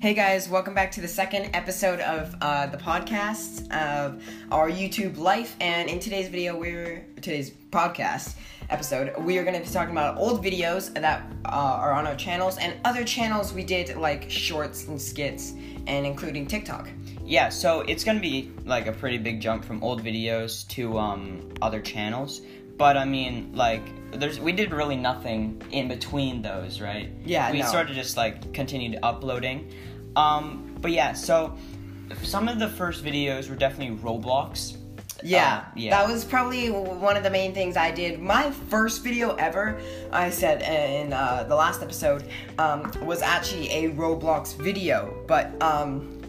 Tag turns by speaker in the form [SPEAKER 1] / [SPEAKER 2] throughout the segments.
[SPEAKER 1] Hey guys, welcome back to the second episode of uh, the podcast of our YouTube life. And in today's video, we're today's podcast episode, we are going to be talking about old videos that uh, are on our channels and other channels we did like shorts and skits, and including TikTok.
[SPEAKER 2] Yeah, so it's gonna be like a pretty big jump from old videos to um, other channels. But I mean, like, there's we did really nothing in between those, right?
[SPEAKER 1] Yeah,
[SPEAKER 2] we
[SPEAKER 1] no.
[SPEAKER 2] sort of just like continued uploading. Um, but yeah, so some of the first videos were definitely Roblox.
[SPEAKER 1] Yeah,
[SPEAKER 2] Um, yeah.
[SPEAKER 1] that was probably w- one of the main things I did. My first video ever, I said in uh, the last episode, um, was actually a Roblox video, but um,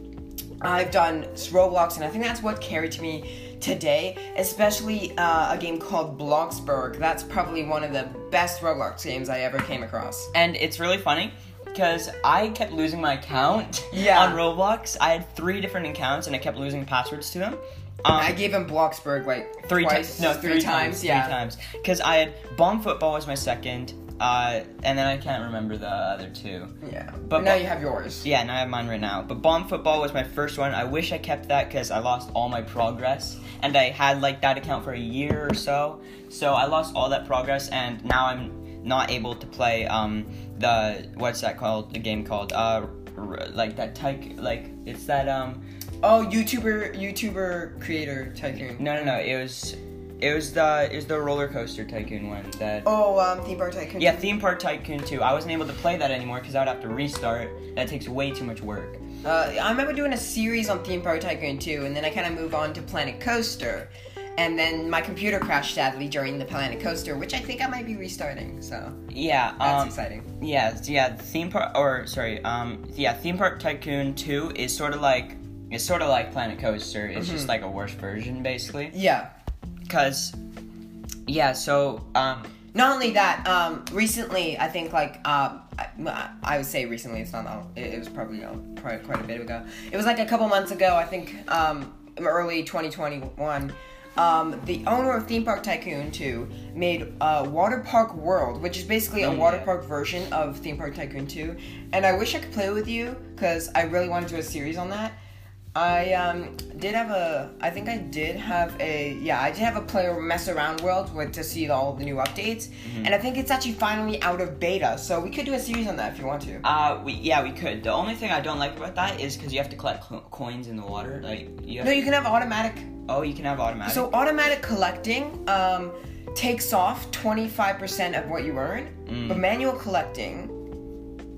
[SPEAKER 1] I've done s- Roblox, and I think that's what carried to me today, especially uh, a game called Bloxburg. That's probably one of the best Roblox games I ever came across.
[SPEAKER 2] and it's really funny because I kept losing my account
[SPEAKER 1] Yeah.
[SPEAKER 2] on Roblox. I had three different accounts, and I kept losing passwords to them. Um,
[SPEAKER 1] I gave him Bloxburg like
[SPEAKER 2] three
[SPEAKER 1] twice,
[SPEAKER 2] times. No,
[SPEAKER 1] three, times. Yeah.
[SPEAKER 2] three times. Because I had bomb football was my second, uh, and then I can't remember the other two.
[SPEAKER 1] Yeah, but,
[SPEAKER 2] But-
[SPEAKER 1] now you have yours.
[SPEAKER 2] Yeah, and I have mine right now. But bomb football was my first one. I wish I kept that because I lost all my progress, and I had like that account for a year or so. So I lost all that progress, and now I'm not able to play um the what's that called? The game called uh r- like that tyke like it's that um
[SPEAKER 1] Oh, YouTuber, YouTuber creator tycoon.
[SPEAKER 2] no no no it was it was the it was the roller coaster tycoon one that
[SPEAKER 1] Oh, um, theme park tycoon.
[SPEAKER 2] Yeah, Theme Park Tycoon 2. I wasn't able to play that anymore because I would have to restart. That takes way too much work.
[SPEAKER 1] Uh, I remember doing a series on Theme Park Tycoon 2, and then I kind of moved on to Planet Coaster, and then my computer crashed sadly during the Planet Coaster, which I think I might be restarting. So
[SPEAKER 2] Yeah,
[SPEAKER 1] that's
[SPEAKER 2] um,
[SPEAKER 1] exciting.
[SPEAKER 2] yeah, it's- yeah. Theme Park, or sorry, um, yeah, Theme Park Tycoon 2 is sort of like it's sort of like Planet Coaster. It's just
[SPEAKER 1] Mm-hmm.
[SPEAKER 2] like a worse version, basically.
[SPEAKER 1] Yeah.
[SPEAKER 2] Cause, yeah, so um,
[SPEAKER 1] Not only that, um, recently I think like uh, I, I would say recently it's not that it, it was probably uh, probably quite a bit ago. It was like a couple months ago. I think um, early 2021. Um, the owner of Theme Park Tycoon 2 made uh, Water Park World, which is basically a
[SPEAKER 2] Mm,
[SPEAKER 1] water
[SPEAKER 2] yeah.
[SPEAKER 1] park version of Theme Park Tycoon 2. And I wish I could play with you because I really want to do a series on that. I um, did have a, I think I did have a, yeah, I did have a player mess around world with to see all the new updates, and I think it's actually finally out of beta, so we could do a series on that if you want to.
[SPEAKER 2] uh, we yeah we could. The only thing I don't like about that is because you have to collect co- coins in the water. Like you have,
[SPEAKER 1] No, you can have automatic
[SPEAKER 2] oh you can have automatic.
[SPEAKER 1] So automatic collecting um, takes off 25% of what you earn, but manual collecting,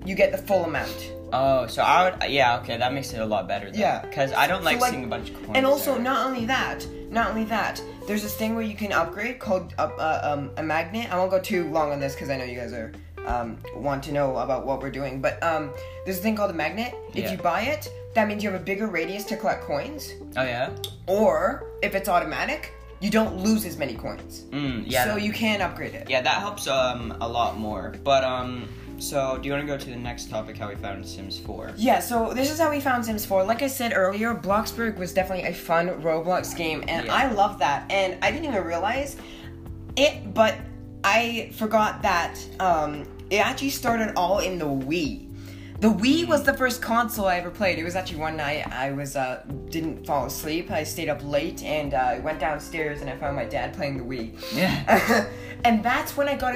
[SPEAKER 1] you get the full amount.
[SPEAKER 2] oh, so I would yeah okay that makes it a lot better. Though,
[SPEAKER 1] Yeah.
[SPEAKER 2] Because I don't like,
[SPEAKER 1] like-
[SPEAKER 2] seeing a bunch of coins.
[SPEAKER 1] And also,
[SPEAKER 2] there.
[SPEAKER 1] not only that, not only that, there's this thing where you can upgrade called uh, uh, um, a magnet. I won't go too long on this because I know you guys are um, want to know about what we're doing. But um, there's a thing called a magnet. If
[SPEAKER 2] Yeah.
[SPEAKER 1] you buy it, that means you have a bigger radius to collect coins.
[SPEAKER 2] Oh yeah.
[SPEAKER 1] Or if it's automatic, you don't lose as many coins.
[SPEAKER 2] Mm, yeah.
[SPEAKER 1] so
[SPEAKER 2] that-
[SPEAKER 1] you can upgrade it.
[SPEAKER 2] yeah, that helps um a lot more. But um, so do you want to go to the next topic? How we found Sims Four?
[SPEAKER 1] Yeah, so this is how we found Sims 4. Like I said earlier, Bloxburg was definitely a fun Roblox game, and
[SPEAKER 2] Yeah.
[SPEAKER 1] I love that. And I didn't even realize it, but I forgot that um, it actually started all in the Wii. The Wii was the first console I ever played. It was actually one night I was uh, didn't fall asleep. I stayed up late and uh, went downstairs and I found my dad playing the Wii.
[SPEAKER 2] Yeah.
[SPEAKER 1] and that's when I got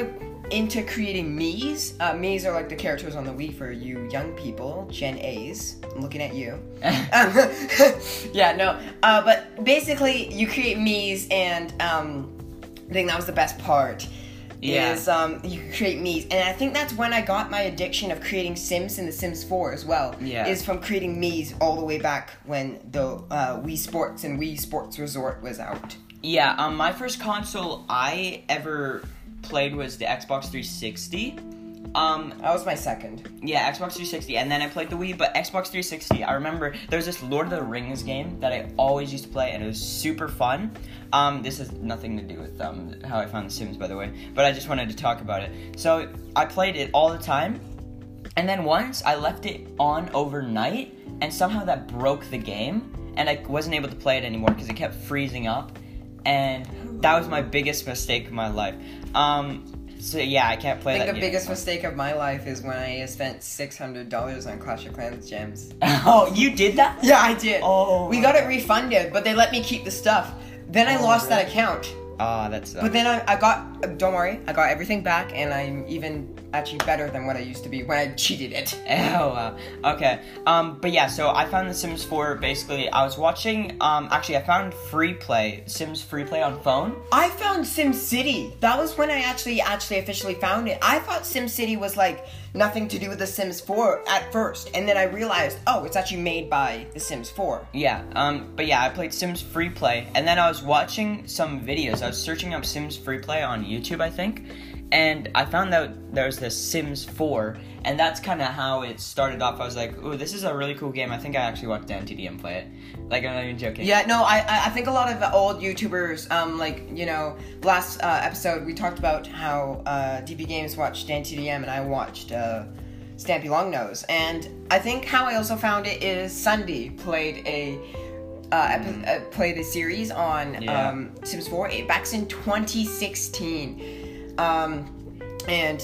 [SPEAKER 1] into creating Mii's. Uh, Mii's are like the characters on the Wii for you young people, Gen A's. I'm looking at you. Um, yeah, no. Uh, but basically, you create Mii's, and um, I think that was the best part.
[SPEAKER 2] Yeah.
[SPEAKER 1] Is um, you create Mii's, and I think that's when I got my addiction of creating Sims in The Sims 4 as well.
[SPEAKER 2] Yeah.
[SPEAKER 1] Is from creating Mii's all the way back when the uh, Wii Sports and Wii Sports Resort was out.
[SPEAKER 2] yeah. Um, my first console I ever played was the Xbox 360. Um,
[SPEAKER 1] That was my second.
[SPEAKER 2] yeah, Xbox 360, and then I played the Wii. But Xbox 360, I remember there was this Lord of the Rings game that I always used to play, and it was super fun. Um, this has nothing to do with um how I found The Sims, by the way, but I just wanted to talk about it. So I played it all the time, And then once I left it on overnight, and somehow that broke the game, and I wasn't able to play it anymore because it kept freezing up, and that was my biggest mistake of my life. Um, So yeah, I can't play
[SPEAKER 1] I think
[SPEAKER 2] that.
[SPEAKER 1] the
[SPEAKER 2] game
[SPEAKER 1] biggest
[SPEAKER 2] anymore.
[SPEAKER 1] mistake of my life is when I spent six hundred dollars on Clash of Clans gems.
[SPEAKER 2] oh, you did that?
[SPEAKER 1] Yeah, I did.
[SPEAKER 2] Oh
[SPEAKER 1] we
[SPEAKER 2] my
[SPEAKER 1] got it
[SPEAKER 2] God.
[SPEAKER 1] refunded, but they let me keep the stuff. Then I
[SPEAKER 2] Oh,
[SPEAKER 1] lost that
[SPEAKER 2] really?
[SPEAKER 1] account.
[SPEAKER 2] Ah, that's.
[SPEAKER 1] But then I, I got, don't worry, I got everything back, and I'm even actually better than what I used to be when I cheated it.
[SPEAKER 2] Oh wow. Okay. Um. But yeah. So I found The Sims 4. Basically, I was watching. Um. Actually, I found free play Sims free play on phone.
[SPEAKER 1] I found SimCity. That was when I actually, actually officially found it. I thought SimCity was like nothing to do with The Sims 4 at first, and then I realized, oh, it's actually made by The Sims 4.
[SPEAKER 2] Yeah. Um. But yeah, I played Sims free play, and then I was watching some videos. I was searching up Sims free play on YouTube, I think, and I found out there was this Sims 4, and that's kind of how it started off. I was like, "Ooh, this is a really cool game. I think I actually watched Dan TDM play it." Like I'm not even joking.
[SPEAKER 1] Yeah, no, I I I think a lot of old YouTubers, um, like you know, last uh, episode we talked about how uh, DB Games watched Dan TDM and I watched uh, Stampy Longnose, and I think how I also found it is Sunday played a. Uh, epi- uh, played a series on
[SPEAKER 2] Yeah.
[SPEAKER 1] um, Sims 4 eh, back in 2016, um, and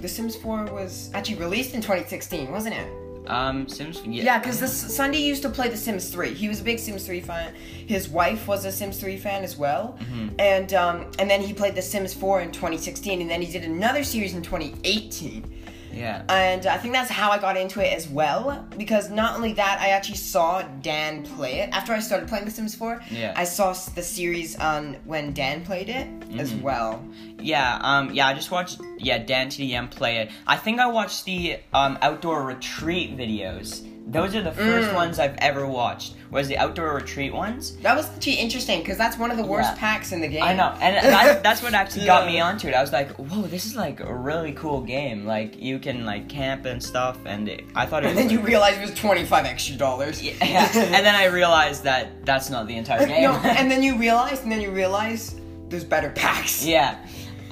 [SPEAKER 1] The Sims 4 was actually released in 2016, wasn't it?
[SPEAKER 2] Um. Sims.
[SPEAKER 1] Yeah, because this Sunday used to play The Sims 3. He was a big Sims 3 fan. His wife was a Sims 3 fan as well,
[SPEAKER 2] Mm-hmm.
[SPEAKER 1] and um, and then he played The Sims 4 in 2016, and then he did another series in 2018.
[SPEAKER 2] Yeah.
[SPEAKER 1] And I think that's how I got into it as well, because not only that, I actually saw Dan play it after I started playing The Sims 4.
[SPEAKER 2] Yeah.
[SPEAKER 1] I saw s- the series on when Dan played it as
[SPEAKER 2] Mm-hmm.
[SPEAKER 1] well.
[SPEAKER 2] Yeah, um, yeah, I just watched yeah Dan TDM play it. I think I watched the um, outdoor retreat videos. Those are the first
[SPEAKER 1] Mm.
[SPEAKER 2] ones I've ever watched. Was the outdoor retreat ones?
[SPEAKER 1] That was actually interesting because that's one of the worst
[SPEAKER 2] Yeah.
[SPEAKER 1] packs in the game.
[SPEAKER 2] I know, and that, that's what actually got me
[SPEAKER 1] Yeah.
[SPEAKER 2] onto it. I was like, "Whoa, this is like a really cool game. Like you can like camp and stuff." And it, I thought it.
[SPEAKER 1] And
[SPEAKER 2] was
[SPEAKER 1] then you realize it was 25 extra dollars.
[SPEAKER 2] Yeah, and then I realized that that's not the entire game.
[SPEAKER 1] No, and then you realize, and then you realize there's better packs.
[SPEAKER 2] Yeah.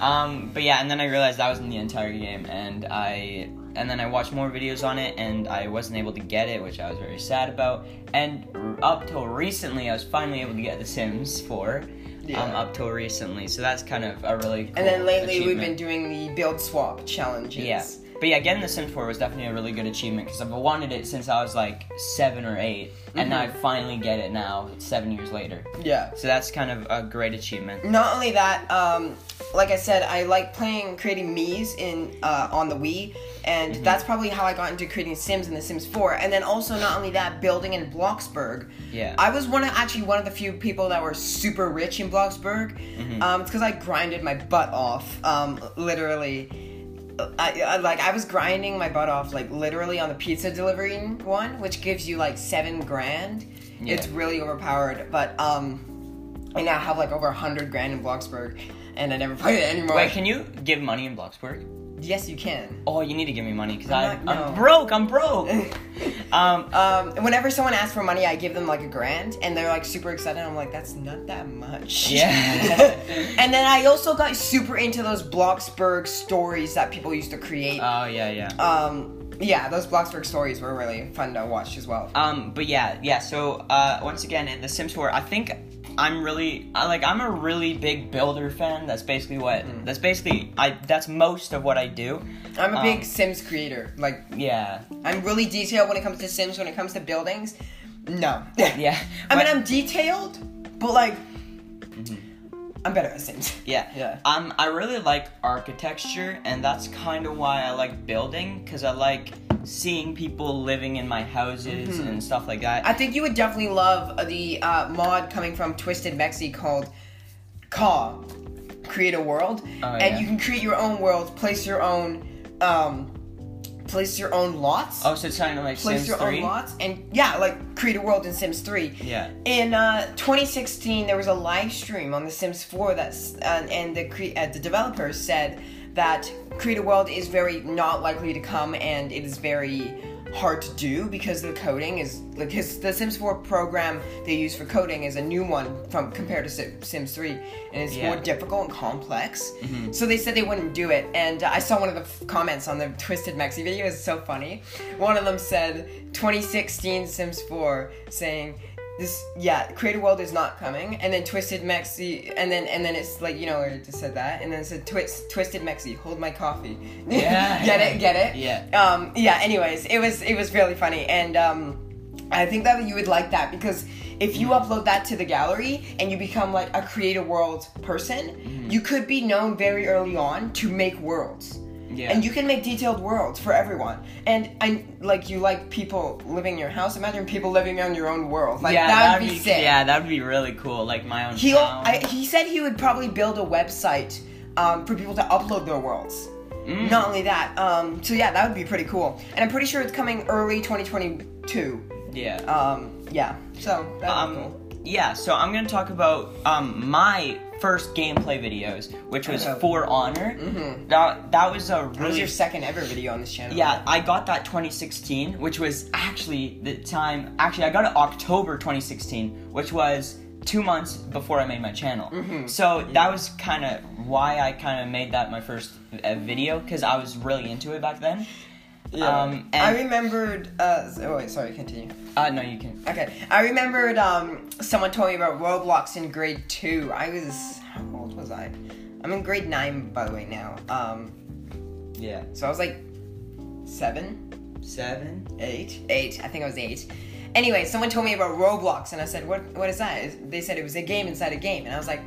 [SPEAKER 2] Um, but yeah, and then I realized that was in the entire game, and I and then I watched more videos on it, and I wasn't able to get it, which I was very sad about. And r- up till recently, I was finally able to get The Sims 4.
[SPEAKER 1] Yeah.
[SPEAKER 2] Um, up till recently, so that's kind of a really. Cool
[SPEAKER 1] And then lately we've been
[SPEAKER 2] achievement.
[SPEAKER 1] doing the build swap challenges.
[SPEAKER 2] Yeah. But yeah, getting The Sims 4 was definitely a really good achievement because I've wanted it since I was like seven or 8 and now I
[SPEAKER 1] Mm-hmm.
[SPEAKER 2] finally get it now, seven years later.
[SPEAKER 1] Yeah.
[SPEAKER 2] So that's kind of a great achievement.
[SPEAKER 1] Not only that, um, like I said, I like playing creating Mii's in uh, on the Wii, and
[SPEAKER 2] Mm-hmm.
[SPEAKER 1] that's probably how I got into creating Sims in The Sims 4. And then also not only that, building in Bloxburg.
[SPEAKER 2] Yeah.
[SPEAKER 1] I was one of actually one of the few people that were super rich in Bloxburg.
[SPEAKER 2] Mm-hmm.
[SPEAKER 1] Um, it's because I grinded my butt off, um, literally. I, I like I was grinding my butt off like literally on the pizza delivery one, which gives you like seven grand.
[SPEAKER 2] Yeah.
[SPEAKER 1] It's really overpowered, but um, I now have like over a hundred grand in Bloxburg, and I never played it anymore.
[SPEAKER 2] Wait, can you give money in Bloxburg?
[SPEAKER 1] yes, you can.
[SPEAKER 2] Oh, you need to give me money because I'm,
[SPEAKER 1] not-
[SPEAKER 2] I'm
[SPEAKER 1] no.
[SPEAKER 2] broke. I'm broke. um,
[SPEAKER 1] Um, whenever someone asks for money, I give them like a grand, and they're like super excited. I'm like, that's not that much.
[SPEAKER 2] Yeah.
[SPEAKER 1] and then I also got super into those Bloxburg stories that people used to create.
[SPEAKER 2] oh yeah, yeah.
[SPEAKER 1] um, yeah, those Bloxburg stories were really fun to watch as well.
[SPEAKER 2] Um, but yeah, yeah. So uh, once again, in The Sims 4, I think I'm really I, like I'm a really big builder fan. That's basically what.
[SPEAKER 1] Mm.
[SPEAKER 2] That's basically I. That's most of what I do.
[SPEAKER 1] I'm a big
[SPEAKER 2] um,
[SPEAKER 1] Sims creator. Like,
[SPEAKER 2] Yeah.
[SPEAKER 1] I'm really detailed when it comes to Sims. When it comes to buildings, no.
[SPEAKER 2] Yeah.
[SPEAKER 1] I mean,
[SPEAKER 2] But-
[SPEAKER 1] I'm detailed, but like,
[SPEAKER 2] Mm-hmm.
[SPEAKER 1] I'm better at Sims.
[SPEAKER 2] Yeah.
[SPEAKER 1] Yeah.
[SPEAKER 2] Um, I really like architecture, and that's kind of why I like building, because I like seeing people living in my houses and stuff like that.
[SPEAKER 1] Mm-hmm. I think you would definitely love uh, the uh, mod coming from Twisted Mexi called Caw. Create a world,
[SPEAKER 2] Oh,
[SPEAKER 1] and
[SPEAKER 2] yeah.
[SPEAKER 1] you can create your own world, place your own, um, place your own lots,
[SPEAKER 2] oh, so it's kind of like
[SPEAKER 1] place
[SPEAKER 2] Sims
[SPEAKER 1] your
[SPEAKER 2] 3.
[SPEAKER 1] own lots, and yeah, like create a world in Sims Three.
[SPEAKER 2] Yeah.
[SPEAKER 1] In uh, 2016, there was a live stream on The Sims 4 that, s- and, and the cre- uh, the developers said that create a world is very not likely to come, and it is very hard to do because the coding is like his, the Sims 4 program they use for coding is a new one from compared to Si- Sims 3, and it's
[SPEAKER 2] Yeah.
[SPEAKER 1] more difficult and complex.
[SPEAKER 2] Mm-hmm.
[SPEAKER 1] So they said they wouldn't do it, and uh, I saw one of the f- comments on the Twisted Mexi video is so funny. One of them said 2016 Sims 4 saying. this yeah creator world is not coming and then twisted mexi and then and then it's like you know I just said that and then it said Twist, twisted mexi hold my coffee
[SPEAKER 2] Yeah.
[SPEAKER 1] get it get it
[SPEAKER 2] Yeah.
[SPEAKER 1] um yeah anyways it was it was really funny and um i think that you would like that because if you
[SPEAKER 2] Mm.
[SPEAKER 1] upload that to the gallery and you become like a creator world person
[SPEAKER 2] Mm.
[SPEAKER 1] you could be known very early on to make worlds
[SPEAKER 2] Yeah.
[SPEAKER 1] and you can make detailed worlds for everyone and i like you like people living in your house imagine people living on your own world like
[SPEAKER 2] yeah,
[SPEAKER 1] that would be, sick
[SPEAKER 2] Yeah, Um, that would be really cool. Like my own.
[SPEAKER 1] he
[SPEAKER 2] town.
[SPEAKER 1] I, he said he would probably build a website um, for people to upload their worlds.
[SPEAKER 2] Mm.
[SPEAKER 1] Not only that, um, so yeah, that would be pretty cool. And I'm pretty sure it's coming early 2022.
[SPEAKER 2] yeah.
[SPEAKER 1] Um, yeah, so that would be
[SPEAKER 2] Um,
[SPEAKER 1] cool.
[SPEAKER 2] yeah, so I'm gonna talk about um, my first gameplay videos, which was
[SPEAKER 1] Oh.
[SPEAKER 2] For Honor. Mm-hmm. That that was a
[SPEAKER 1] That was
[SPEAKER 2] really
[SPEAKER 1] your second ever video on this channel.
[SPEAKER 2] yeah. I got that 2016, which was actually the time. Actually, I got it October 2016, which was two months before I made my channel.
[SPEAKER 1] Mm-hmm.
[SPEAKER 2] So that was kind of why I kind of made that my first uh, video because I was really into it back then. Um, and,
[SPEAKER 1] I remembered. Uh, s- oh wait, sorry, continue.
[SPEAKER 2] uh, no, you can.
[SPEAKER 1] Okay, I remembered um, someone told me about Roblox in grade two. I was how old was I? I'm in grade nine, by the way, now. Um,
[SPEAKER 2] Yeah,
[SPEAKER 1] so I was like seven,
[SPEAKER 2] seven.
[SPEAKER 1] eight, eight. I think I was eight. Anyway, someone told me about Roblox, and I said, "What? What is that?" Is- They said it was a game inside a game, and I was like,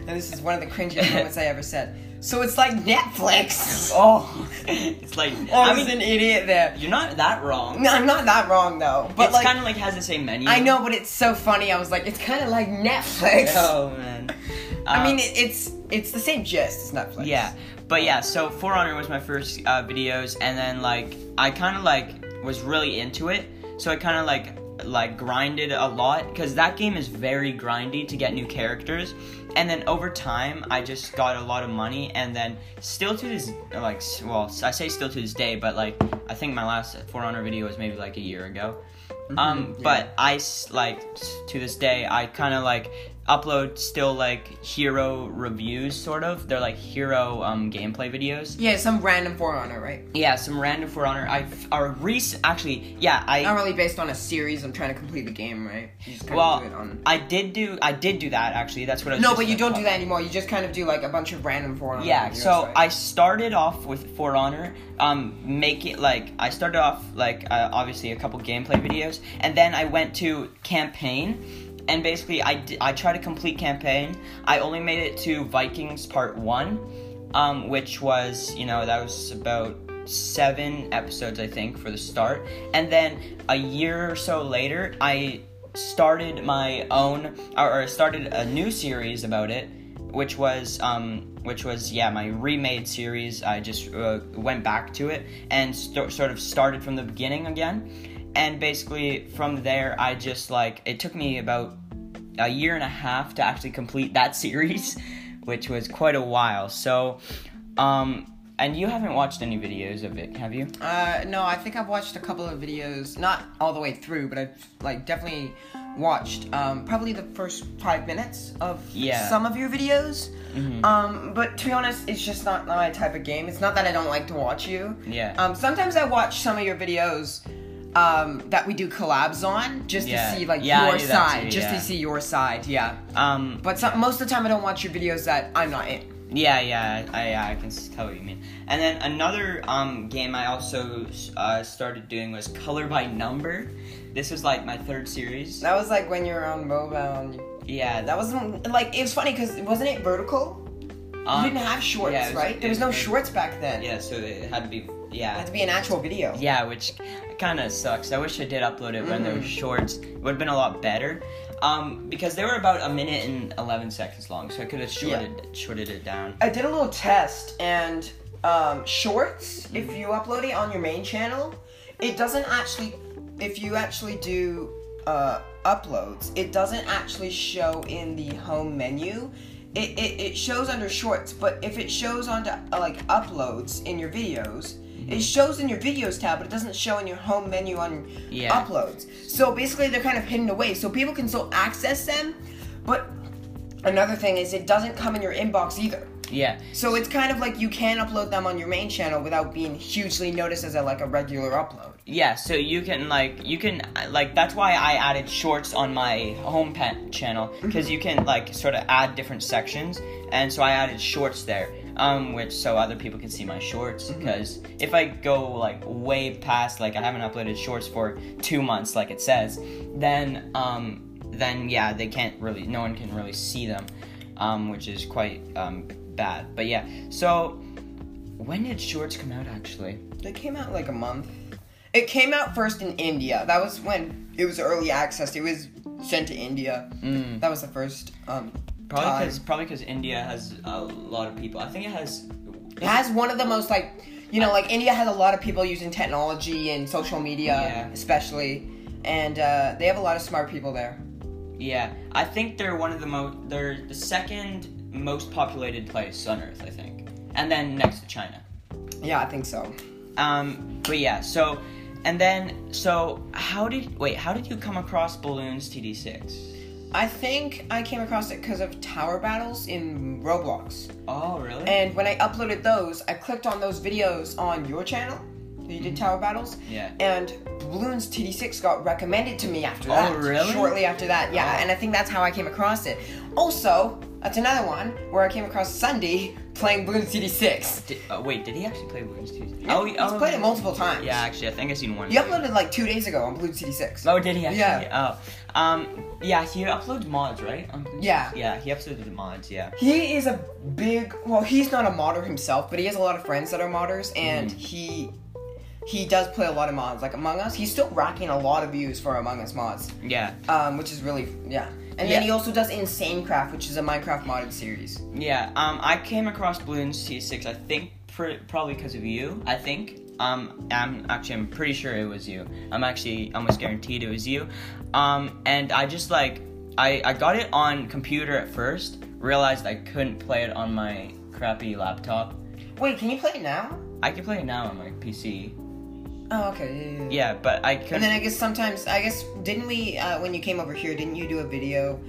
[SPEAKER 1] and "This is one of the cringiest moments I ever said." So it's like Netflix.
[SPEAKER 2] Oh, it's like
[SPEAKER 1] I
[SPEAKER 2] I
[SPEAKER 1] was
[SPEAKER 2] mean,
[SPEAKER 1] an idiot there.
[SPEAKER 2] you're not that wrong.
[SPEAKER 1] No, I'm not that wrong though. But
[SPEAKER 2] it's
[SPEAKER 1] like,
[SPEAKER 2] kind of like has the same menu.
[SPEAKER 1] I know, but it's so funny. I was like, it's kind of like Netflix.
[SPEAKER 2] Oh man.
[SPEAKER 1] I
[SPEAKER 2] Uh,
[SPEAKER 1] mean, it, it's it's the same gist as Netflix.
[SPEAKER 2] yeah, but yeah. So For Honor was my first uh, videos, and then like I kind of like was really into it. So I kind of like like grinded a lot because that game is very grindy to get new characters. And then over time, I just got a lot of money, and then still to this like s- well, I say still to this day, but like I think my last For Honor video was maybe like a year ago.
[SPEAKER 1] Mm-hmm.
[SPEAKER 2] Um, but I s- like s- to this day I kind of like upload still like hero reviews sort of. They're like hero um gameplay videos.
[SPEAKER 1] yeah, some random forerunner, right?
[SPEAKER 2] Yeah, some random for honor. I are recent actually. Yeah,
[SPEAKER 1] Not
[SPEAKER 2] I
[SPEAKER 1] really based on a series. I'm trying to complete the game, right? You just kind
[SPEAKER 2] well
[SPEAKER 1] of do it on.
[SPEAKER 2] I did do I did do that actually. That's what I was
[SPEAKER 1] No,
[SPEAKER 2] just
[SPEAKER 1] but you
[SPEAKER 2] gonna
[SPEAKER 1] don't do
[SPEAKER 2] talk-
[SPEAKER 1] that anymore. You just kind of do like a bunch of random forerunners.
[SPEAKER 2] Yeah, so I started off with For Honor, um, make it like I started off like uh, obviously a couple gameplay videos, and then I went to campaign, and basically I di- I tried to complete campaign. I only made it to Vikings Part One, um, which was you know that was about seven episodes I think for the start, and then a year or so later I started my own or or started a new series about it which was um which was yeah my remade series i just uh, went back to it and sto- sort of started from the beginning again and basically from there i just like it took me about a year and a half to actually complete that series which was quite a while so um and you haven't watched any videos of it have you
[SPEAKER 1] Uh, no, I think I've watched a couple of videos, not all the way through, but I've like definitely watched um, probably the first five minutes of
[SPEAKER 2] Yeah. Mm-hmm.
[SPEAKER 1] some of your videos. Um, but to be honest, it's just not my type of game. It's not that I don't like to watch you.
[SPEAKER 2] Yeah.
[SPEAKER 1] Um, sometimes I watch some of your videos um, that we do collabs on just
[SPEAKER 2] Yeah.
[SPEAKER 1] to see like
[SPEAKER 2] Yeah, I
[SPEAKER 1] your
[SPEAKER 2] do that
[SPEAKER 1] side,
[SPEAKER 2] too,
[SPEAKER 1] just
[SPEAKER 2] yeah.
[SPEAKER 1] to see your side. Yeah.
[SPEAKER 2] um
[SPEAKER 1] But some, most of the time, I don't watch your videos that I'm not in.
[SPEAKER 2] Yeah, yeah, I, yeah, I can s- tell what you mean. And then another um, game I also uh, started doing was Color by Number. This was like my third series.
[SPEAKER 1] That was like when you were on mobile. And you,
[SPEAKER 2] Yeah,
[SPEAKER 1] that wasn't like it was funny because wasn't it vertical?
[SPEAKER 2] um,
[SPEAKER 1] you didn't have shorts,
[SPEAKER 2] yeah, it was-
[SPEAKER 1] right? There
[SPEAKER 2] it
[SPEAKER 1] was no
[SPEAKER 2] was-
[SPEAKER 1] shorts back then.
[SPEAKER 2] Yeah, so it had to be.
[SPEAKER 1] It had
[SPEAKER 2] Yeah,
[SPEAKER 1] to be an actual video.
[SPEAKER 2] yeah, which kind of sucks. I wish I did upload it when there
[SPEAKER 1] Mm.
[SPEAKER 2] was shorts. Would have been a lot better. Um, because they were about a minute and eleven seconds long, so I could have shorted shorted it down.
[SPEAKER 1] I did a little test, and um, shorts, if you upload it on your main channel, it doesn't actually, if you actually do uh, uploads, it doesn't actually show in the home menu. It, it, it shows under shorts, but if it shows onto uh, like uploads in your videos, it shows in your videos tab, but it doesn't show in your home menu on
[SPEAKER 2] Yeah.
[SPEAKER 1] uploads. So basically, they're kind of hidden away, so people can still access them, but another thing is it doesn't come in your inbox either.
[SPEAKER 2] Yeah.
[SPEAKER 1] So it's kind of like you can upload them on your main channel without being hugely noticed as a, like a regular upload.
[SPEAKER 2] Yeah, so you can like you can like that's why I added shorts on my home pet channel because you can like sort of add different sections, and so I added shorts there, um, which so other people can see my shorts because if I go like way past like I haven't uploaded shorts for two months like it says, then um, then yeah they can't really no one can really see them, um, which is quite um, bad. But yeah, so when did shorts come out actually?
[SPEAKER 1] They came out like a month. It came out first in India. That was when it was early access. It was sent to India.
[SPEAKER 2] Mm.
[SPEAKER 1] That was the first um,
[SPEAKER 2] Probably
[SPEAKER 1] time.
[SPEAKER 2] because probably 'cause India has a lot of people. I think it has.
[SPEAKER 1] It has one of the most like you know like india has a lot of people using technology and social media
[SPEAKER 2] Yeah.
[SPEAKER 1] especially and uh, they have a lot of smart people there
[SPEAKER 2] Yeah, I think they're one of the most. They're the second most populated place on Earth, I think, and then next to China.
[SPEAKER 1] yeah i think so
[SPEAKER 2] Um, but yeah, so and then so how did wait? How did you come across balloons TD6?
[SPEAKER 1] i think i came across it because of tower battles in roblox
[SPEAKER 2] Oh, really?
[SPEAKER 1] and when i uploaded those i clicked on those videos on your channel that you
[SPEAKER 2] Mm-hmm.
[SPEAKER 1] did tower battles
[SPEAKER 2] Yeah.
[SPEAKER 1] and balloons td6 got recommended to me after
[SPEAKER 2] Oh,
[SPEAKER 1] that
[SPEAKER 2] really?
[SPEAKER 1] shortly after that yeah and i think that's how i came across it also that's another one where i came across sunday playing balloons td6
[SPEAKER 2] Did, uh, wait, did he actually play balloons TD6?
[SPEAKER 1] Yeah,
[SPEAKER 2] oh, he-
[SPEAKER 1] he's
[SPEAKER 2] oh,
[SPEAKER 1] played it multiple times.
[SPEAKER 2] Yeah, actually, I think I've seen one.
[SPEAKER 1] He uploaded like two days ago on Blue City Six.
[SPEAKER 2] Oh, did he actually?
[SPEAKER 1] Yeah.
[SPEAKER 2] Oh, um, yeah. He uploads mods, right? On Balloons
[SPEAKER 1] Yeah.
[SPEAKER 2] TD6? Yeah, he uploads the mods. Yeah.
[SPEAKER 1] He is a big. Well, he's not a modder himself, but he has a lot of friends that are modders, and
[SPEAKER 2] Mm-hmm.
[SPEAKER 1] he he does play a lot of mods, like Among Us. He's still racking a lot of views for Among Us mods,
[SPEAKER 2] Yeah.
[SPEAKER 1] um, which is really yeah. And
[SPEAKER 2] Yeah.
[SPEAKER 1] then he also does Insane Craft, which is a Minecraft modded series.
[SPEAKER 2] Yeah, um, I came across Balloons T6, I think, pr- probably because of you, I think. Um, I'm actually, I'm pretty sure it was you. I'm actually almost guaranteed it was you. Um, and I just, like, I, I got it on computer at first, realized I couldn't play it on my crappy laptop.
[SPEAKER 1] Wait, can you play it now?
[SPEAKER 2] I could play it now on my PC.
[SPEAKER 1] Oh, okay. Yeah. yeah, yeah.
[SPEAKER 2] Yeah, but I couldn't.
[SPEAKER 1] And then I guess sometimes I guess didn't we uh, when you came over here? Didn't you do a video?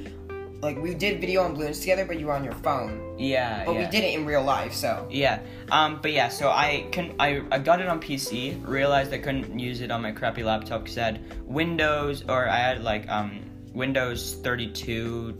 [SPEAKER 1] Like we did video on balloons together, but you were on your phone.
[SPEAKER 2] yeah,
[SPEAKER 1] But
[SPEAKER 2] yeah.
[SPEAKER 1] we did it in real life, so
[SPEAKER 2] Yeah. Um, but yeah, so I can I, I got it on PC, realized I couldn't use it on my crappy laptop because I had Windows or I had like um Windows 32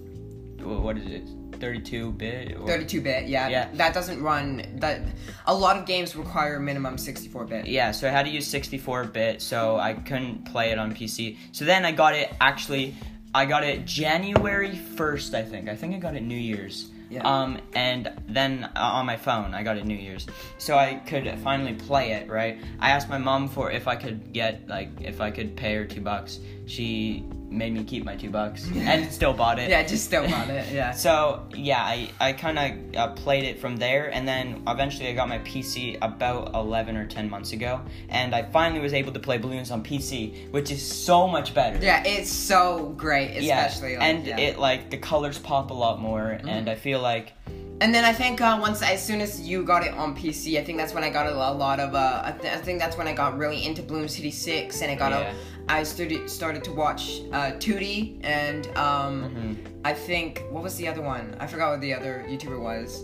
[SPEAKER 2] wh- what is it? 32 bit or
[SPEAKER 1] 32 bit, yeah.
[SPEAKER 2] Yeah.
[SPEAKER 1] That doesn't run that a lot of games require minimum 64 bit.
[SPEAKER 2] yeah, so I had to use 64 bit, so I couldn't play it on PC. So then I got it actually I got it January 1st, I think. I think I got it New Year's.
[SPEAKER 1] Yeah.
[SPEAKER 2] Um and then uh, on my phone I got it New Year's. So I could finally play it, right? I asked my mom for if I could get like if I could pay her 2 bucks. She made me keep my 2 bucks and still bought it.
[SPEAKER 1] Yeah, I just still bought it. Yeah.
[SPEAKER 2] So yeah, I, I kind of uh, played it from there, and then eventually I got my PC about eleven or ten months ago, and I finally was able to play Balloons on PC, which is so much better.
[SPEAKER 1] Yeah, it's so great,
[SPEAKER 2] Yeah,
[SPEAKER 1] especially like,
[SPEAKER 2] and
[SPEAKER 1] yeah. Mm-hmm.
[SPEAKER 2] it like the colors pop a lot more, and I feel like
[SPEAKER 1] And then I think uh, once as soon as you got it on PC, I think that's when I got a lo- lot of uh, I, th- I think that's when I got really into Bloom City Six, and I got
[SPEAKER 2] Yeah.
[SPEAKER 1] a, I started started to watch uh, 2D, and um,
[SPEAKER 2] Mm-hmm.
[SPEAKER 1] I think what was the other one? I forgot what the other YouTuber was,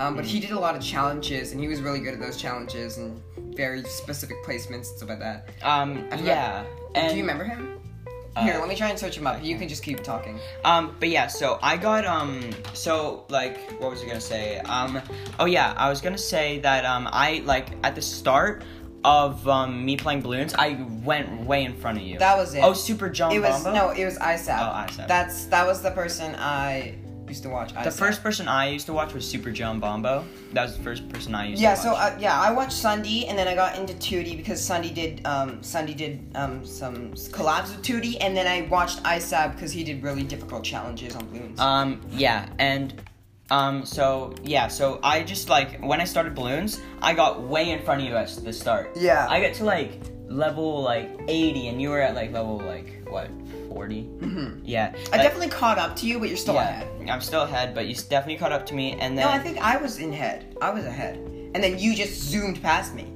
[SPEAKER 1] um, but
[SPEAKER 2] Mm.
[SPEAKER 1] he did a lot of challenges, and he was really good at those challenges and very specific placements and stuff like that.
[SPEAKER 2] um
[SPEAKER 1] forgot-
[SPEAKER 2] yeah. And,
[SPEAKER 1] Do you remember him?
[SPEAKER 2] uh,
[SPEAKER 1] Here, let me try and search him up. You can just keep talking.
[SPEAKER 2] Um, but yeah, so I got um, so like, what was I gonna say? Um, oh yeah, I was gonna say that um, I like at the start of um me playing balloons, I went way in front of you.
[SPEAKER 1] That was it.
[SPEAKER 2] Oh, super John
[SPEAKER 1] It was
[SPEAKER 2] Bombo?
[SPEAKER 1] no, it was ISAP.
[SPEAKER 2] Oh, ISAP.
[SPEAKER 1] That's that was the person I used to watch. ISAP.
[SPEAKER 2] The first person I used to watch was Super John Bombo. That was the first person I used
[SPEAKER 1] Yeah,
[SPEAKER 2] to
[SPEAKER 1] so
[SPEAKER 2] watch.
[SPEAKER 1] uh, yeah, I watched Sunday, and then I got into 2D because Sunday did um, Sunday did um, some s- collabs with 2D, and then I watched ISAB because he did really difficult challenges on balloons.
[SPEAKER 2] Um, yeah, and um, so yeah, so I just like when I started balloons, I got way in front of you at the start.
[SPEAKER 1] Yeah.
[SPEAKER 2] I got to like level like 80, and you were at like level like what 40? Mm-hmm. Yeah,
[SPEAKER 1] I
[SPEAKER 2] like-
[SPEAKER 1] definitely caught up to you, but you're still
[SPEAKER 2] Yeah,
[SPEAKER 1] ahead.
[SPEAKER 2] I'm still ahead, but you s- definitely caught up to me. And then
[SPEAKER 1] No, I think I was in head. I was ahead, and then you just zoomed past me.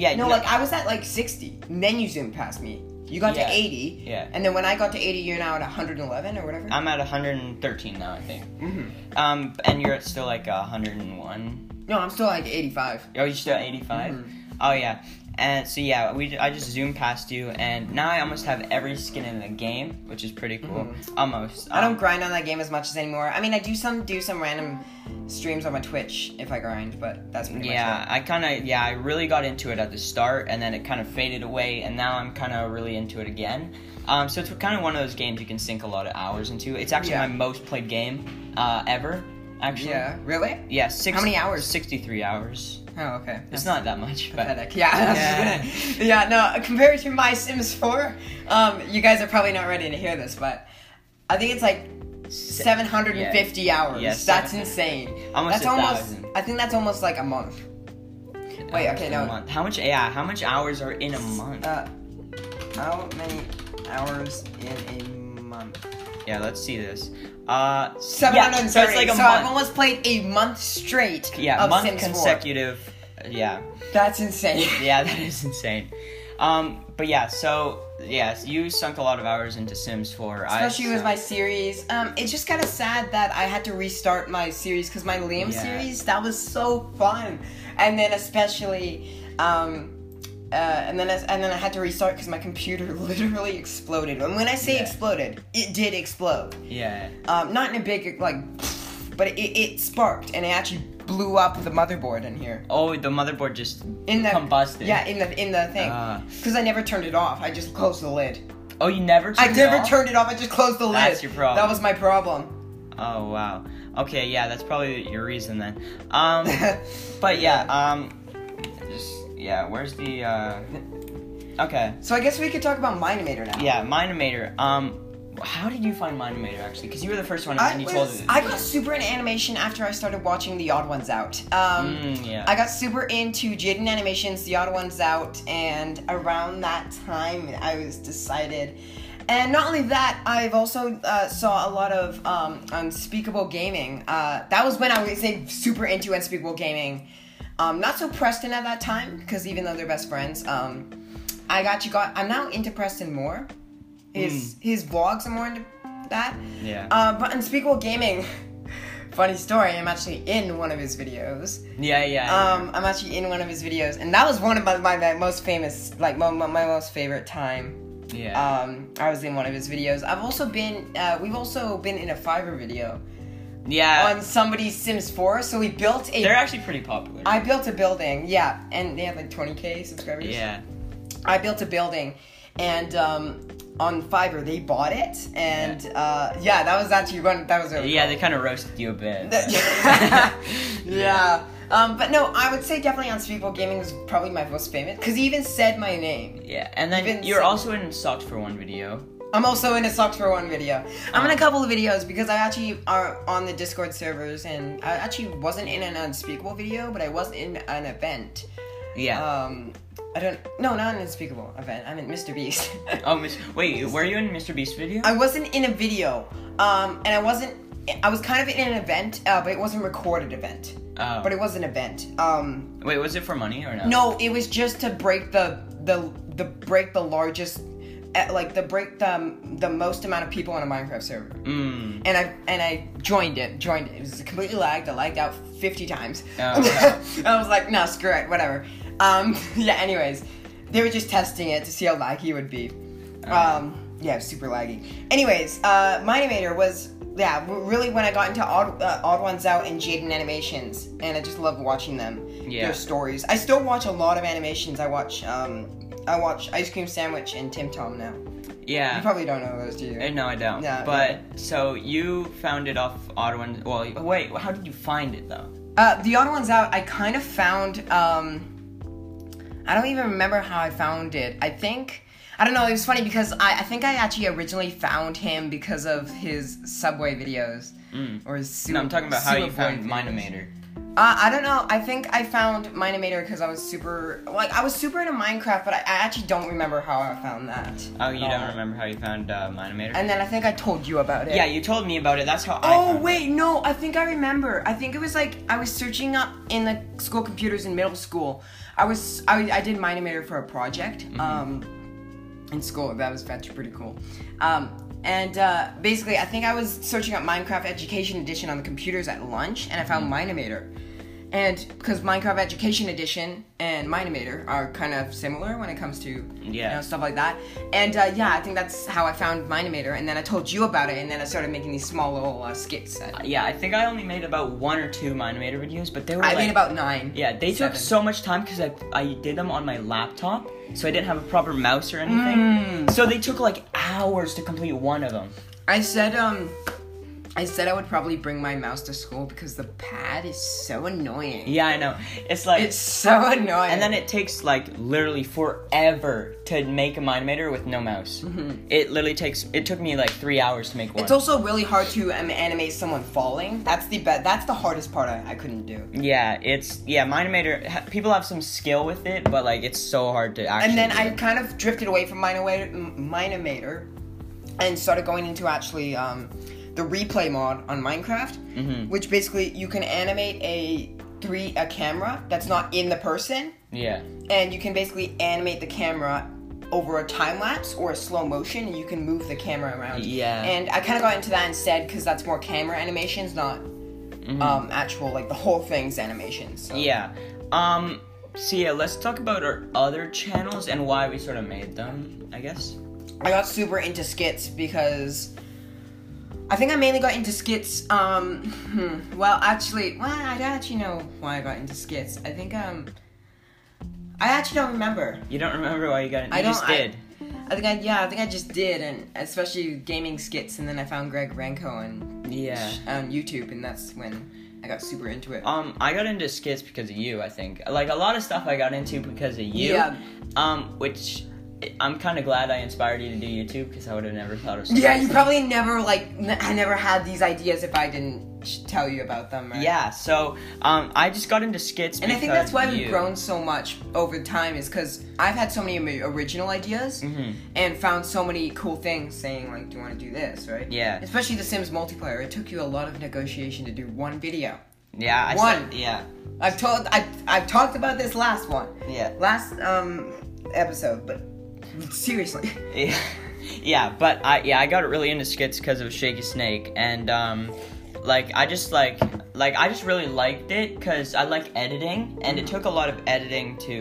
[SPEAKER 2] yeah,
[SPEAKER 1] No, like I was at like 60, and then you zoomed past me. You got
[SPEAKER 2] Yeah.
[SPEAKER 1] to 80.
[SPEAKER 2] Yeah.
[SPEAKER 1] And then when I got to 80, you're now at 111 or whatever.
[SPEAKER 2] I'm at 113 now, I think.
[SPEAKER 1] hmm
[SPEAKER 2] Um, and you're at still like 101.
[SPEAKER 1] No, I'm still like 85.
[SPEAKER 2] Oh, you're still at 85.
[SPEAKER 1] Mhm.
[SPEAKER 2] Oh yeah. And so yeah, we I just zoomed past you, and now I almost have every skin in the game, which is pretty cool. Almost.
[SPEAKER 1] Mm-hmm. I
[SPEAKER 2] Um,
[SPEAKER 1] don't grind on that game as much as anymore. I mean, I do some do some random streams on my Twitch if I grind, but that's pretty
[SPEAKER 2] Yeah, I kind of yeah, I really got into it at the start, and then it kind of faded away, and now I'm kind of really into it again. Um, so it's kind of one of those games you can sink a lot of hours into. It's actually
[SPEAKER 1] Yeah.
[SPEAKER 2] my most played game uh, ever,
[SPEAKER 1] much.
[SPEAKER 2] actually.
[SPEAKER 1] it. Yeah. Really?
[SPEAKER 2] Yeah. Six,
[SPEAKER 1] How many hours?
[SPEAKER 2] Sixty-three hours.
[SPEAKER 1] Oh, okay.
[SPEAKER 2] It's not that much, but
[SPEAKER 1] pathetic. Yeah, I was just gonna- yeah. No, compared to my Sims 4, um, you guys are probably not ready to hear this, but I think it's like 750 hours.
[SPEAKER 2] Yes,
[SPEAKER 1] that's
[SPEAKER 2] seven-
[SPEAKER 1] insane.
[SPEAKER 2] almost
[SPEAKER 1] that's
[SPEAKER 2] a
[SPEAKER 1] almost.
[SPEAKER 2] thousand. uh,
[SPEAKER 1] I think that's almost like a month. Wait, okay,
[SPEAKER 2] A
[SPEAKER 1] no.
[SPEAKER 2] month. How much? Yeah, how much hours are in a month?
[SPEAKER 1] Uh, how many hours in a month?
[SPEAKER 2] yeah, let's see this. Uh,
[SPEAKER 1] Seven hundred
[SPEAKER 2] yeah,
[SPEAKER 1] and
[SPEAKER 2] so
[SPEAKER 1] thirty.
[SPEAKER 2] it's like a
[SPEAKER 1] I've
[SPEAKER 2] month.
[SPEAKER 1] almost played a month straight.
[SPEAKER 2] Yeah,
[SPEAKER 1] of
[SPEAKER 2] month
[SPEAKER 1] Sims 4.
[SPEAKER 2] consecutive. Yeah.
[SPEAKER 1] That's insane.
[SPEAKER 2] yeah, that is insane. Um, but yeah, so yes, you sunk a lot of hours into Sims 4. I
[SPEAKER 1] especially with
[SPEAKER 2] sunk-
[SPEAKER 1] my series. Um, it's just kind of sad that I had to restart my series because my Liam
[SPEAKER 2] Yeah.
[SPEAKER 1] series that was so fun, and then especially, um, uh, and then as- and then I had to restart because my computer literally exploded. And when I say
[SPEAKER 2] Yeah.
[SPEAKER 1] exploded, it did explode.
[SPEAKER 2] yeah,
[SPEAKER 1] Um, not in a big like, but it, it sparked and it actually blew up the motherboard in here.
[SPEAKER 2] oh, the motherboard just
[SPEAKER 1] In the
[SPEAKER 2] combusted.
[SPEAKER 1] Yeah, in the in the thing.
[SPEAKER 2] Ah.
[SPEAKER 1] Because I never turned it off. I just closed the lid.
[SPEAKER 2] Oh, you never.
[SPEAKER 1] I
[SPEAKER 2] turned it
[SPEAKER 1] never
[SPEAKER 2] off?
[SPEAKER 1] turned it off. I just closed the lid.
[SPEAKER 2] That's your problem.
[SPEAKER 1] That was my problem.
[SPEAKER 2] Oh wow. Okay, yeah, that's probably your reason then. Um, but yeah, um, just yeah. Where's the? uh... Okay.
[SPEAKER 1] so I guess we could talk about Minimator now.
[SPEAKER 2] Yeah, Minimator. Um, how did you find Minimator actually? Because you were the first one, and
[SPEAKER 1] I,
[SPEAKER 2] then you
[SPEAKER 1] was,
[SPEAKER 2] told us.
[SPEAKER 1] I got super into animation after I started watching The Odd Ones Out. Um,
[SPEAKER 2] Mm, yeah.
[SPEAKER 1] I got super into Jaden Animations, The Odd Ones Out, and around that time I was decided. And not only that, I've also uh, saw a lot of um, Unspeakable Gaming. Uh, that was when I was like, super into Unspeakable Gaming. Um, not so Preston at that time because even though they're best friends, um, I got you. Got I'm now into Preston more. His his vlogs, I'm more into that.
[SPEAKER 2] Hmm. Yeah.
[SPEAKER 1] Uh, but Unspeakable Gaming. Funny story. I'm actually in one of his videos.
[SPEAKER 2] yeah, yeah.
[SPEAKER 1] Um, I'm actually in one of his videos, and that was one of my, my, my most famous, like my, my, my most favorite time.
[SPEAKER 2] yeah.
[SPEAKER 1] Um, I was in one of his videos. I've also been, uh, we've also been in a Fiverr video
[SPEAKER 2] yeah.
[SPEAKER 1] on somebody's Sims 4. So we built a,
[SPEAKER 2] They're
[SPEAKER 1] I
[SPEAKER 2] actually pretty popular.
[SPEAKER 1] built a building, yeah, and they had like 20k subscribers.
[SPEAKER 2] yeah.
[SPEAKER 1] I built a building, and um, on Fiverr they bought it, and uh, yeah, that was actually one. That was really
[SPEAKER 2] Yeah,
[SPEAKER 1] cool.
[SPEAKER 2] they kind of roasted you a bit.
[SPEAKER 1] That-
[SPEAKER 2] but-
[SPEAKER 1] yeah. Um, but no, I would say definitely Unspeakable Gaming was probably my most famous because he even said my name.
[SPEAKER 2] Yeah, and then
[SPEAKER 1] Even
[SPEAKER 2] you're
[SPEAKER 1] some-
[SPEAKER 2] also in Socks for One video.
[SPEAKER 1] I'm also in a Socks for One video. I'm in
[SPEAKER 2] Oh.
[SPEAKER 1] a couple of videos because I actually are on the Discord servers and I actually wasn't in an Unspeakable video, but I was in an event.
[SPEAKER 2] Yeah.
[SPEAKER 1] Um, I don't. No, not an Unspeakable event. I meant Mr. Beast.
[SPEAKER 2] oh, Miss. Wait, were you in Mr. Beast video?
[SPEAKER 1] I wasn't in a video, um, and I wasn't. I was kind of in an event, uh, but it wasn't a recorded event.
[SPEAKER 2] oh.
[SPEAKER 1] But it was an event. Um,
[SPEAKER 2] Wait, was it for money or no?
[SPEAKER 1] No, it was just to break the the the break the largest, eh, like the break the um, the most amount of people on a Minecraft server.
[SPEAKER 2] Mm.
[SPEAKER 1] And I and I joined it, joined it. It was completely lagged. I lagged out fifty times.
[SPEAKER 2] Oh, wow.
[SPEAKER 1] I was like, no, screw it, whatever. Um, yeah. Anyways, they were just testing it to see how laggy it would be. Um, yeah, it was super laggy. Anyways, uh, my animator was. Yeah, w- really when I got into Odd, uh, Odd Ones Out and Jaden Animations, and I just love watching them.
[SPEAKER 2] Yeah.
[SPEAKER 1] Their stories. I still watch a lot of animations. I watch, um, I watch Ice Cream Sandwich and Tim Tom now. You
[SPEAKER 2] Yeah.
[SPEAKER 1] probably don't know those, do you?
[SPEAKER 2] Uh, No, I don't.
[SPEAKER 1] No,
[SPEAKER 2] but so you found it off Ottawa. and- Well, you- wait, how did you find it though?
[SPEAKER 1] Uh, the odd ones out, I kind of found. Um, I don't even remember how I found it. I think I don't know. It was funny because I, I think I actually originally found him because of his subway videos or his. Su-
[SPEAKER 2] Mm. No, I'm talking about how you
[SPEAKER 1] Superboy
[SPEAKER 2] found
[SPEAKER 1] videos.
[SPEAKER 2] Minimator.
[SPEAKER 1] Uh, I don't know. I think I found Minimator because I was super like I was super into Minecraft, but I, I actually don't remember how I found that.
[SPEAKER 2] Oh, you
[SPEAKER 1] at
[SPEAKER 2] don't
[SPEAKER 1] all.
[SPEAKER 2] remember how you found uh, Minimator?
[SPEAKER 1] And then I think I told you about it.
[SPEAKER 2] yeah, you told me about it. That's how I.
[SPEAKER 1] Oh
[SPEAKER 2] found
[SPEAKER 1] wait, no, I think I remember. I think it was like I was searching up in the school computers in middle school. I was I, I did Minimator for a project. Um in school. That was actually pretty cool. Um, and uh, basically, I think I was searching up Minecraft Education Edition on the computers at lunch, and I found Minimator. And because Minecraft Education Edition and Minimator are kind of similar when it comes to you
[SPEAKER 2] Yeah.
[SPEAKER 1] know, stuff like that. And uh, yeah, I think that's how I found Minimator. And then I told you about it, and then I started making these small little uh, skits. I,
[SPEAKER 2] Yeah, I think I only made about one or two Minimator videos, but they were
[SPEAKER 1] I
[SPEAKER 2] like,
[SPEAKER 1] made about nine.
[SPEAKER 2] Yeah, they
[SPEAKER 1] Seven.
[SPEAKER 2] took so much time because I, I did them on my laptop, so I didn't have a proper mouse or anything.
[SPEAKER 1] Mm.
[SPEAKER 2] So they took like hours to complete one of them.
[SPEAKER 1] I said um I said I would probably bring my mouse to school because the pad is so annoying.
[SPEAKER 2] Yeah, I know. It's like.
[SPEAKER 1] It's so annoying.
[SPEAKER 2] and then it takes like literally forever to make a minimator with no mouse. It literally takes. It took me like three hours to make one.
[SPEAKER 1] Mm-hmm. it's also really hard to um, animate someone falling. That's the be- that's the hardest part I, I couldn't do.
[SPEAKER 2] yeah, it's yeah. Minimator. ha- People have some skill with it, but like it's so hard to actually.
[SPEAKER 1] And then
[SPEAKER 2] do
[SPEAKER 1] I
[SPEAKER 2] it.
[SPEAKER 1] kind of drifted away from Minomator, Minomator and started going into actually um, the replay mod on Minecraft, which basically you can animate a three a camera that's not in the person
[SPEAKER 2] Yeah.
[SPEAKER 1] and you can basically animate the camera over a time lapse or a slow motion and you can move the camera around
[SPEAKER 2] Yeah.
[SPEAKER 1] and i kind of got into that instead because that's more camera animations not um actual like the whole thing's animations so.
[SPEAKER 2] Yeah. Um. So yeah, let's talk about our other channels and why we sort of made them. I guess.
[SPEAKER 1] i got super into skits because i think i mainly got into skits um hmm, well actually well i don't actually know why i got into skits i think um i actually don't remember
[SPEAKER 2] You don't remember why you got it? You
[SPEAKER 1] I don't-
[SPEAKER 2] just
[SPEAKER 1] I-
[SPEAKER 2] did.
[SPEAKER 1] I think I yeah, I think I just did, and especially gaming skits, and then I found Greg Renko on
[SPEAKER 2] Yeah.
[SPEAKER 1] on YouTube, and that's when I got super into it.
[SPEAKER 2] Um, I got into skits because of you. I think like a lot of stuff I got into because of you.
[SPEAKER 1] Yeah.
[SPEAKER 2] Um, which I- I'm kind of glad I inspired you to do YouTube because I would have never thought of. something
[SPEAKER 1] yeah, you
[SPEAKER 2] like that.
[SPEAKER 1] probably never like n- I never had these ideas if I didn't sh- tell you about them. Right?
[SPEAKER 2] Yeah. So um, I just got into skits.
[SPEAKER 1] And I think
[SPEAKER 2] because
[SPEAKER 1] that's why
[SPEAKER 2] of
[SPEAKER 1] we've
[SPEAKER 2] you.
[SPEAKER 1] grown so much over time is because I've had so many ama- original ideas
[SPEAKER 2] Mm-hmm.
[SPEAKER 1] and found so many cool things saying like, "Do you want to do this?" Right?
[SPEAKER 2] Yeah.
[SPEAKER 1] Especially the Sims multiplayer. It took you a lot of negotiation to do one video.
[SPEAKER 2] Yeah. I
[SPEAKER 1] One.
[SPEAKER 2] said- yeah.
[SPEAKER 1] I've told I I've talked about this last one.
[SPEAKER 2] Yeah.
[SPEAKER 1] Last um episode, but seriously.
[SPEAKER 2] Yeah, yeah, but I yeah I got really into skits because of Shaky Snake, and um, like I just like like I just really liked it because I like editing, and it took a lot of editing to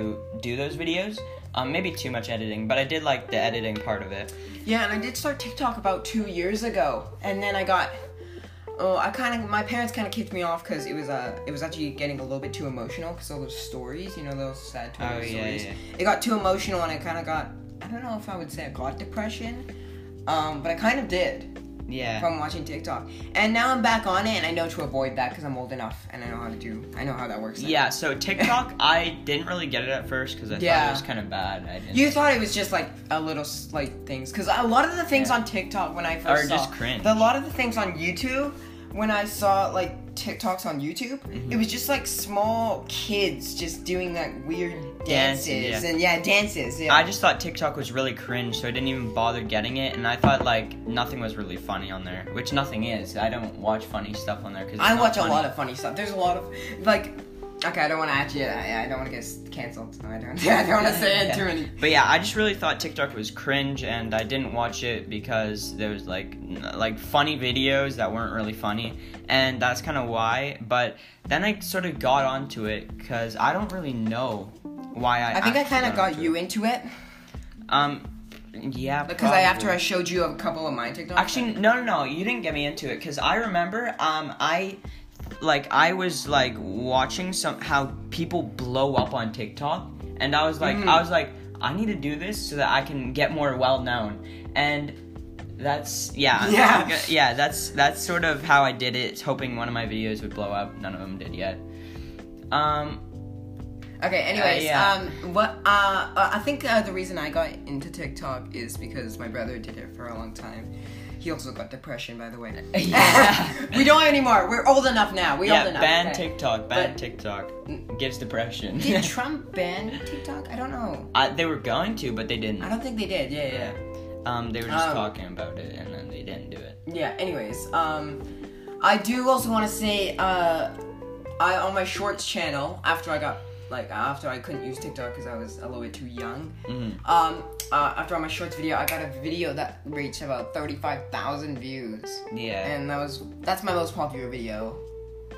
[SPEAKER 2] do those videos. Um, maybe too much editing, but I did like the editing part of it.
[SPEAKER 1] Yeah, and I did start TikTok about two years ago, and then I got. Oh, I kind of my parents kind of kicked me off because it was uh it was actually getting a little bit too emotional because all those stories, you know, those sad Twitter
[SPEAKER 2] Oh, yeah,
[SPEAKER 1] stories.
[SPEAKER 2] yeah.
[SPEAKER 1] It got too emotional, and I kind of got I don't know if I would say I got depression, um, but I kind of did
[SPEAKER 2] Yeah,
[SPEAKER 1] from watching TikTok, and now I'm back on it, and I know to avoid that because I'm old enough and I know how to do I know how that works. now.
[SPEAKER 2] yeah. So TikTok, I didn't really get it at first because I thought
[SPEAKER 1] Yeah.
[SPEAKER 2] it was kind of bad. I didn't.
[SPEAKER 1] You thought it was just like a little s- like things because a lot of the things
[SPEAKER 2] Yeah.
[SPEAKER 1] on TikTok when I first
[SPEAKER 2] Are
[SPEAKER 1] saw,
[SPEAKER 2] just cringe.
[SPEAKER 1] The, a lot of the things on YouTube when I saw like TikToks on YouTube,
[SPEAKER 2] Mm-hmm.
[SPEAKER 1] it was just like small kids just doing like weird dances
[SPEAKER 2] Dancing, yeah.
[SPEAKER 1] and yeah dances. Yeah,
[SPEAKER 2] I just thought TikTok was really cringe, so I didn't even bother getting it, and I thought like nothing was really funny on there, which nothing is. I don't watch funny stuff on there because
[SPEAKER 1] I watch a lot of funny stuff. There's a lot of like. Okay, I don't want to actually. I, I don't want to get s- canceled. I don't. I don't want to say it too many.
[SPEAKER 2] But yeah, I just really thought TikTok was cringe, and I didn't watch it because there was like n- like funny videos that weren't really funny, and that's kind of why. But then I sort of got onto it because I don't really know why I.
[SPEAKER 1] I think I
[SPEAKER 2] actually
[SPEAKER 1] kind of got
[SPEAKER 2] onto
[SPEAKER 1] you
[SPEAKER 2] it.
[SPEAKER 1] into it
[SPEAKER 2] Um, yeah.
[SPEAKER 1] because I after I
[SPEAKER 2] probably.
[SPEAKER 1] showed you a couple of mine TikToks.
[SPEAKER 2] Actually, no, no, no. You didn't get me into it because I remember, um, I, like, I was like watching some how people blow up on TikTok, and I was like,
[SPEAKER 1] Mm-hmm.
[SPEAKER 2] I was like, I need to do this so that I can get more well known, and that's yeah,
[SPEAKER 1] Yeah.
[SPEAKER 2] yeah. That's that's sort of how I did it, hoping one of my videos would blow up. None of them did yet. Um,
[SPEAKER 1] Okay. Anyways,
[SPEAKER 2] Uh, yeah.
[SPEAKER 1] um, what uh, uh, I think uh, the reason I got into TikTok is because my brother did it for a long time. He also got depression, by the way.
[SPEAKER 2] Yeah.
[SPEAKER 1] we don't anymore. We're old enough now. We're old
[SPEAKER 2] yeah,
[SPEAKER 1] enough.
[SPEAKER 2] ban
[SPEAKER 1] okay.
[SPEAKER 2] TikTok, ban
[SPEAKER 1] But-
[SPEAKER 2] TikTok gives depression.
[SPEAKER 1] Did Trump ban TikTok? I don't know.
[SPEAKER 2] I, they were going to, but they didn't.
[SPEAKER 1] I don't think they did. Yeah, yeah.
[SPEAKER 2] Yeah. Um, they were just
[SPEAKER 1] Um,
[SPEAKER 2] talking about it, and then they didn't do it.
[SPEAKER 1] Yeah. Anyways, um, I do also want to say, uh, I on my shorts channel after I got like after I couldn't use TikTok because I was a little bit too young.
[SPEAKER 2] Mhm.
[SPEAKER 1] Um, uh, after on my shorts video, I got a video that reached about thirty-five thousand views,
[SPEAKER 2] Yeah.
[SPEAKER 1] and that was that's my most popular video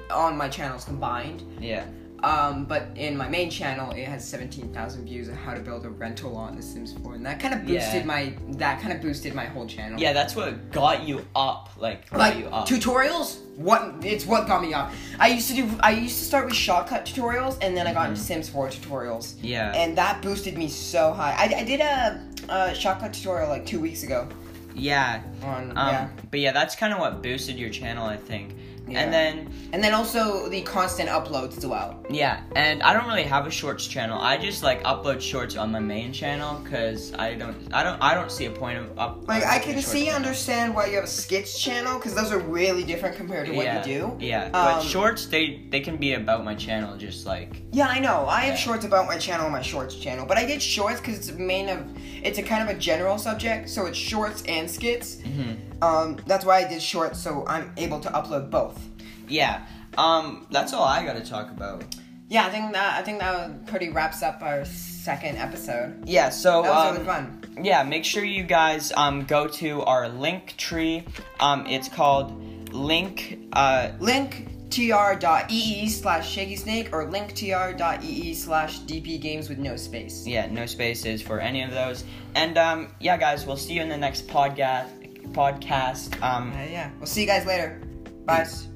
[SPEAKER 1] on my channels combined.
[SPEAKER 2] yeah.
[SPEAKER 1] Um, but in my main channel, it has 17,000 views on how to build a rental on The Sims 4, and that kind of boosted
[SPEAKER 2] Yeah.
[SPEAKER 1] my that kind of boosted my whole channel.
[SPEAKER 2] Yeah, that's what got you up. Like, got
[SPEAKER 1] Like
[SPEAKER 2] you up.
[SPEAKER 1] tutorials, what it's what got me up. I used to do I used to start with shortcut tutorials, and then I got into Sims 4 tutorials,
[SPEAKER 2] Mm-hmm. yeah.
[SPEAKER 1] and that boosted me so high. I, I did a, a shortcut tutorial like two weeks ago.
[SPEAKER 2] yeah.
[SPEAKER 1] On
[SPEAKER 2] Um,
[SPEAKER 1] yeah.
[SPEAKER 2] But yeah, that's kind of what boosted your channel, I think.
[SPEAKER 1] Yeah.
[SPEAKER 2] And then
[SPEAKER 1] and then also the constant uploads as well.
[SPEAKER 2] Yeah, and I don't really have a shorts channel. I just like upload shorts on my main channel because I don't, I don't, I don't see a point of up.
[SPEAKER 1] Like
[SPEAKER 2] uploading
[SPEAKER 1] I can
[SPEAKER 2] shorts
[SPEAKER 1] see
[SPEAKER 2] channel.
[SPEAKER 1] understand why you have a skits channel because those are really different compared to what
[SPEAKER 2] yeah,
[SPEAKER 1] you do.
[SPEAKER 2] Yeah, but
[SPEAKER 1] Um,
[SPEAKER 2] shorts they they can be about my channel, just like
[SPEAKER 1] Yeah, I know. I have
[SPEAKER 2] Yeah.
[SPEAKER 1] shorts about my channel, my shorts channel, but I did shorts because it's main of, it's a kind of a general subject, so it's shorts and skits.
[SPEAKER 2] Mm-hmm.
[SPEAKER 1] Um, that's why I did shorts, so I'm able to upload both.
[SPEAKER 2] yeah. Um, that's all I gotta talk about.
[SPEAKER 1] Yeah, I think that I think that pretty wraps up our second episode.
[SPEAKER 2] Yeah, so
[SPEAKER 1] That was
[SPEAKER 2] um,
[SPEAKER 1] really fun.
[SPEAKER 2] yeah, make sure you guys um go to our link tree. Um, it's called link. Uh,
[SPEAKER 1] Linktr.ee slash shaky snake or linktr.ee slash dp games with no space.
[SPEAKER 2] yeah, no spaces for any of those. And um, yeah, guys, we'll see you in the next podcast. Podcast. Um,
[SPEAKER 1] Uh, yeah, we'll see you guys later. Bye.
[SPEAKER 2] Peace.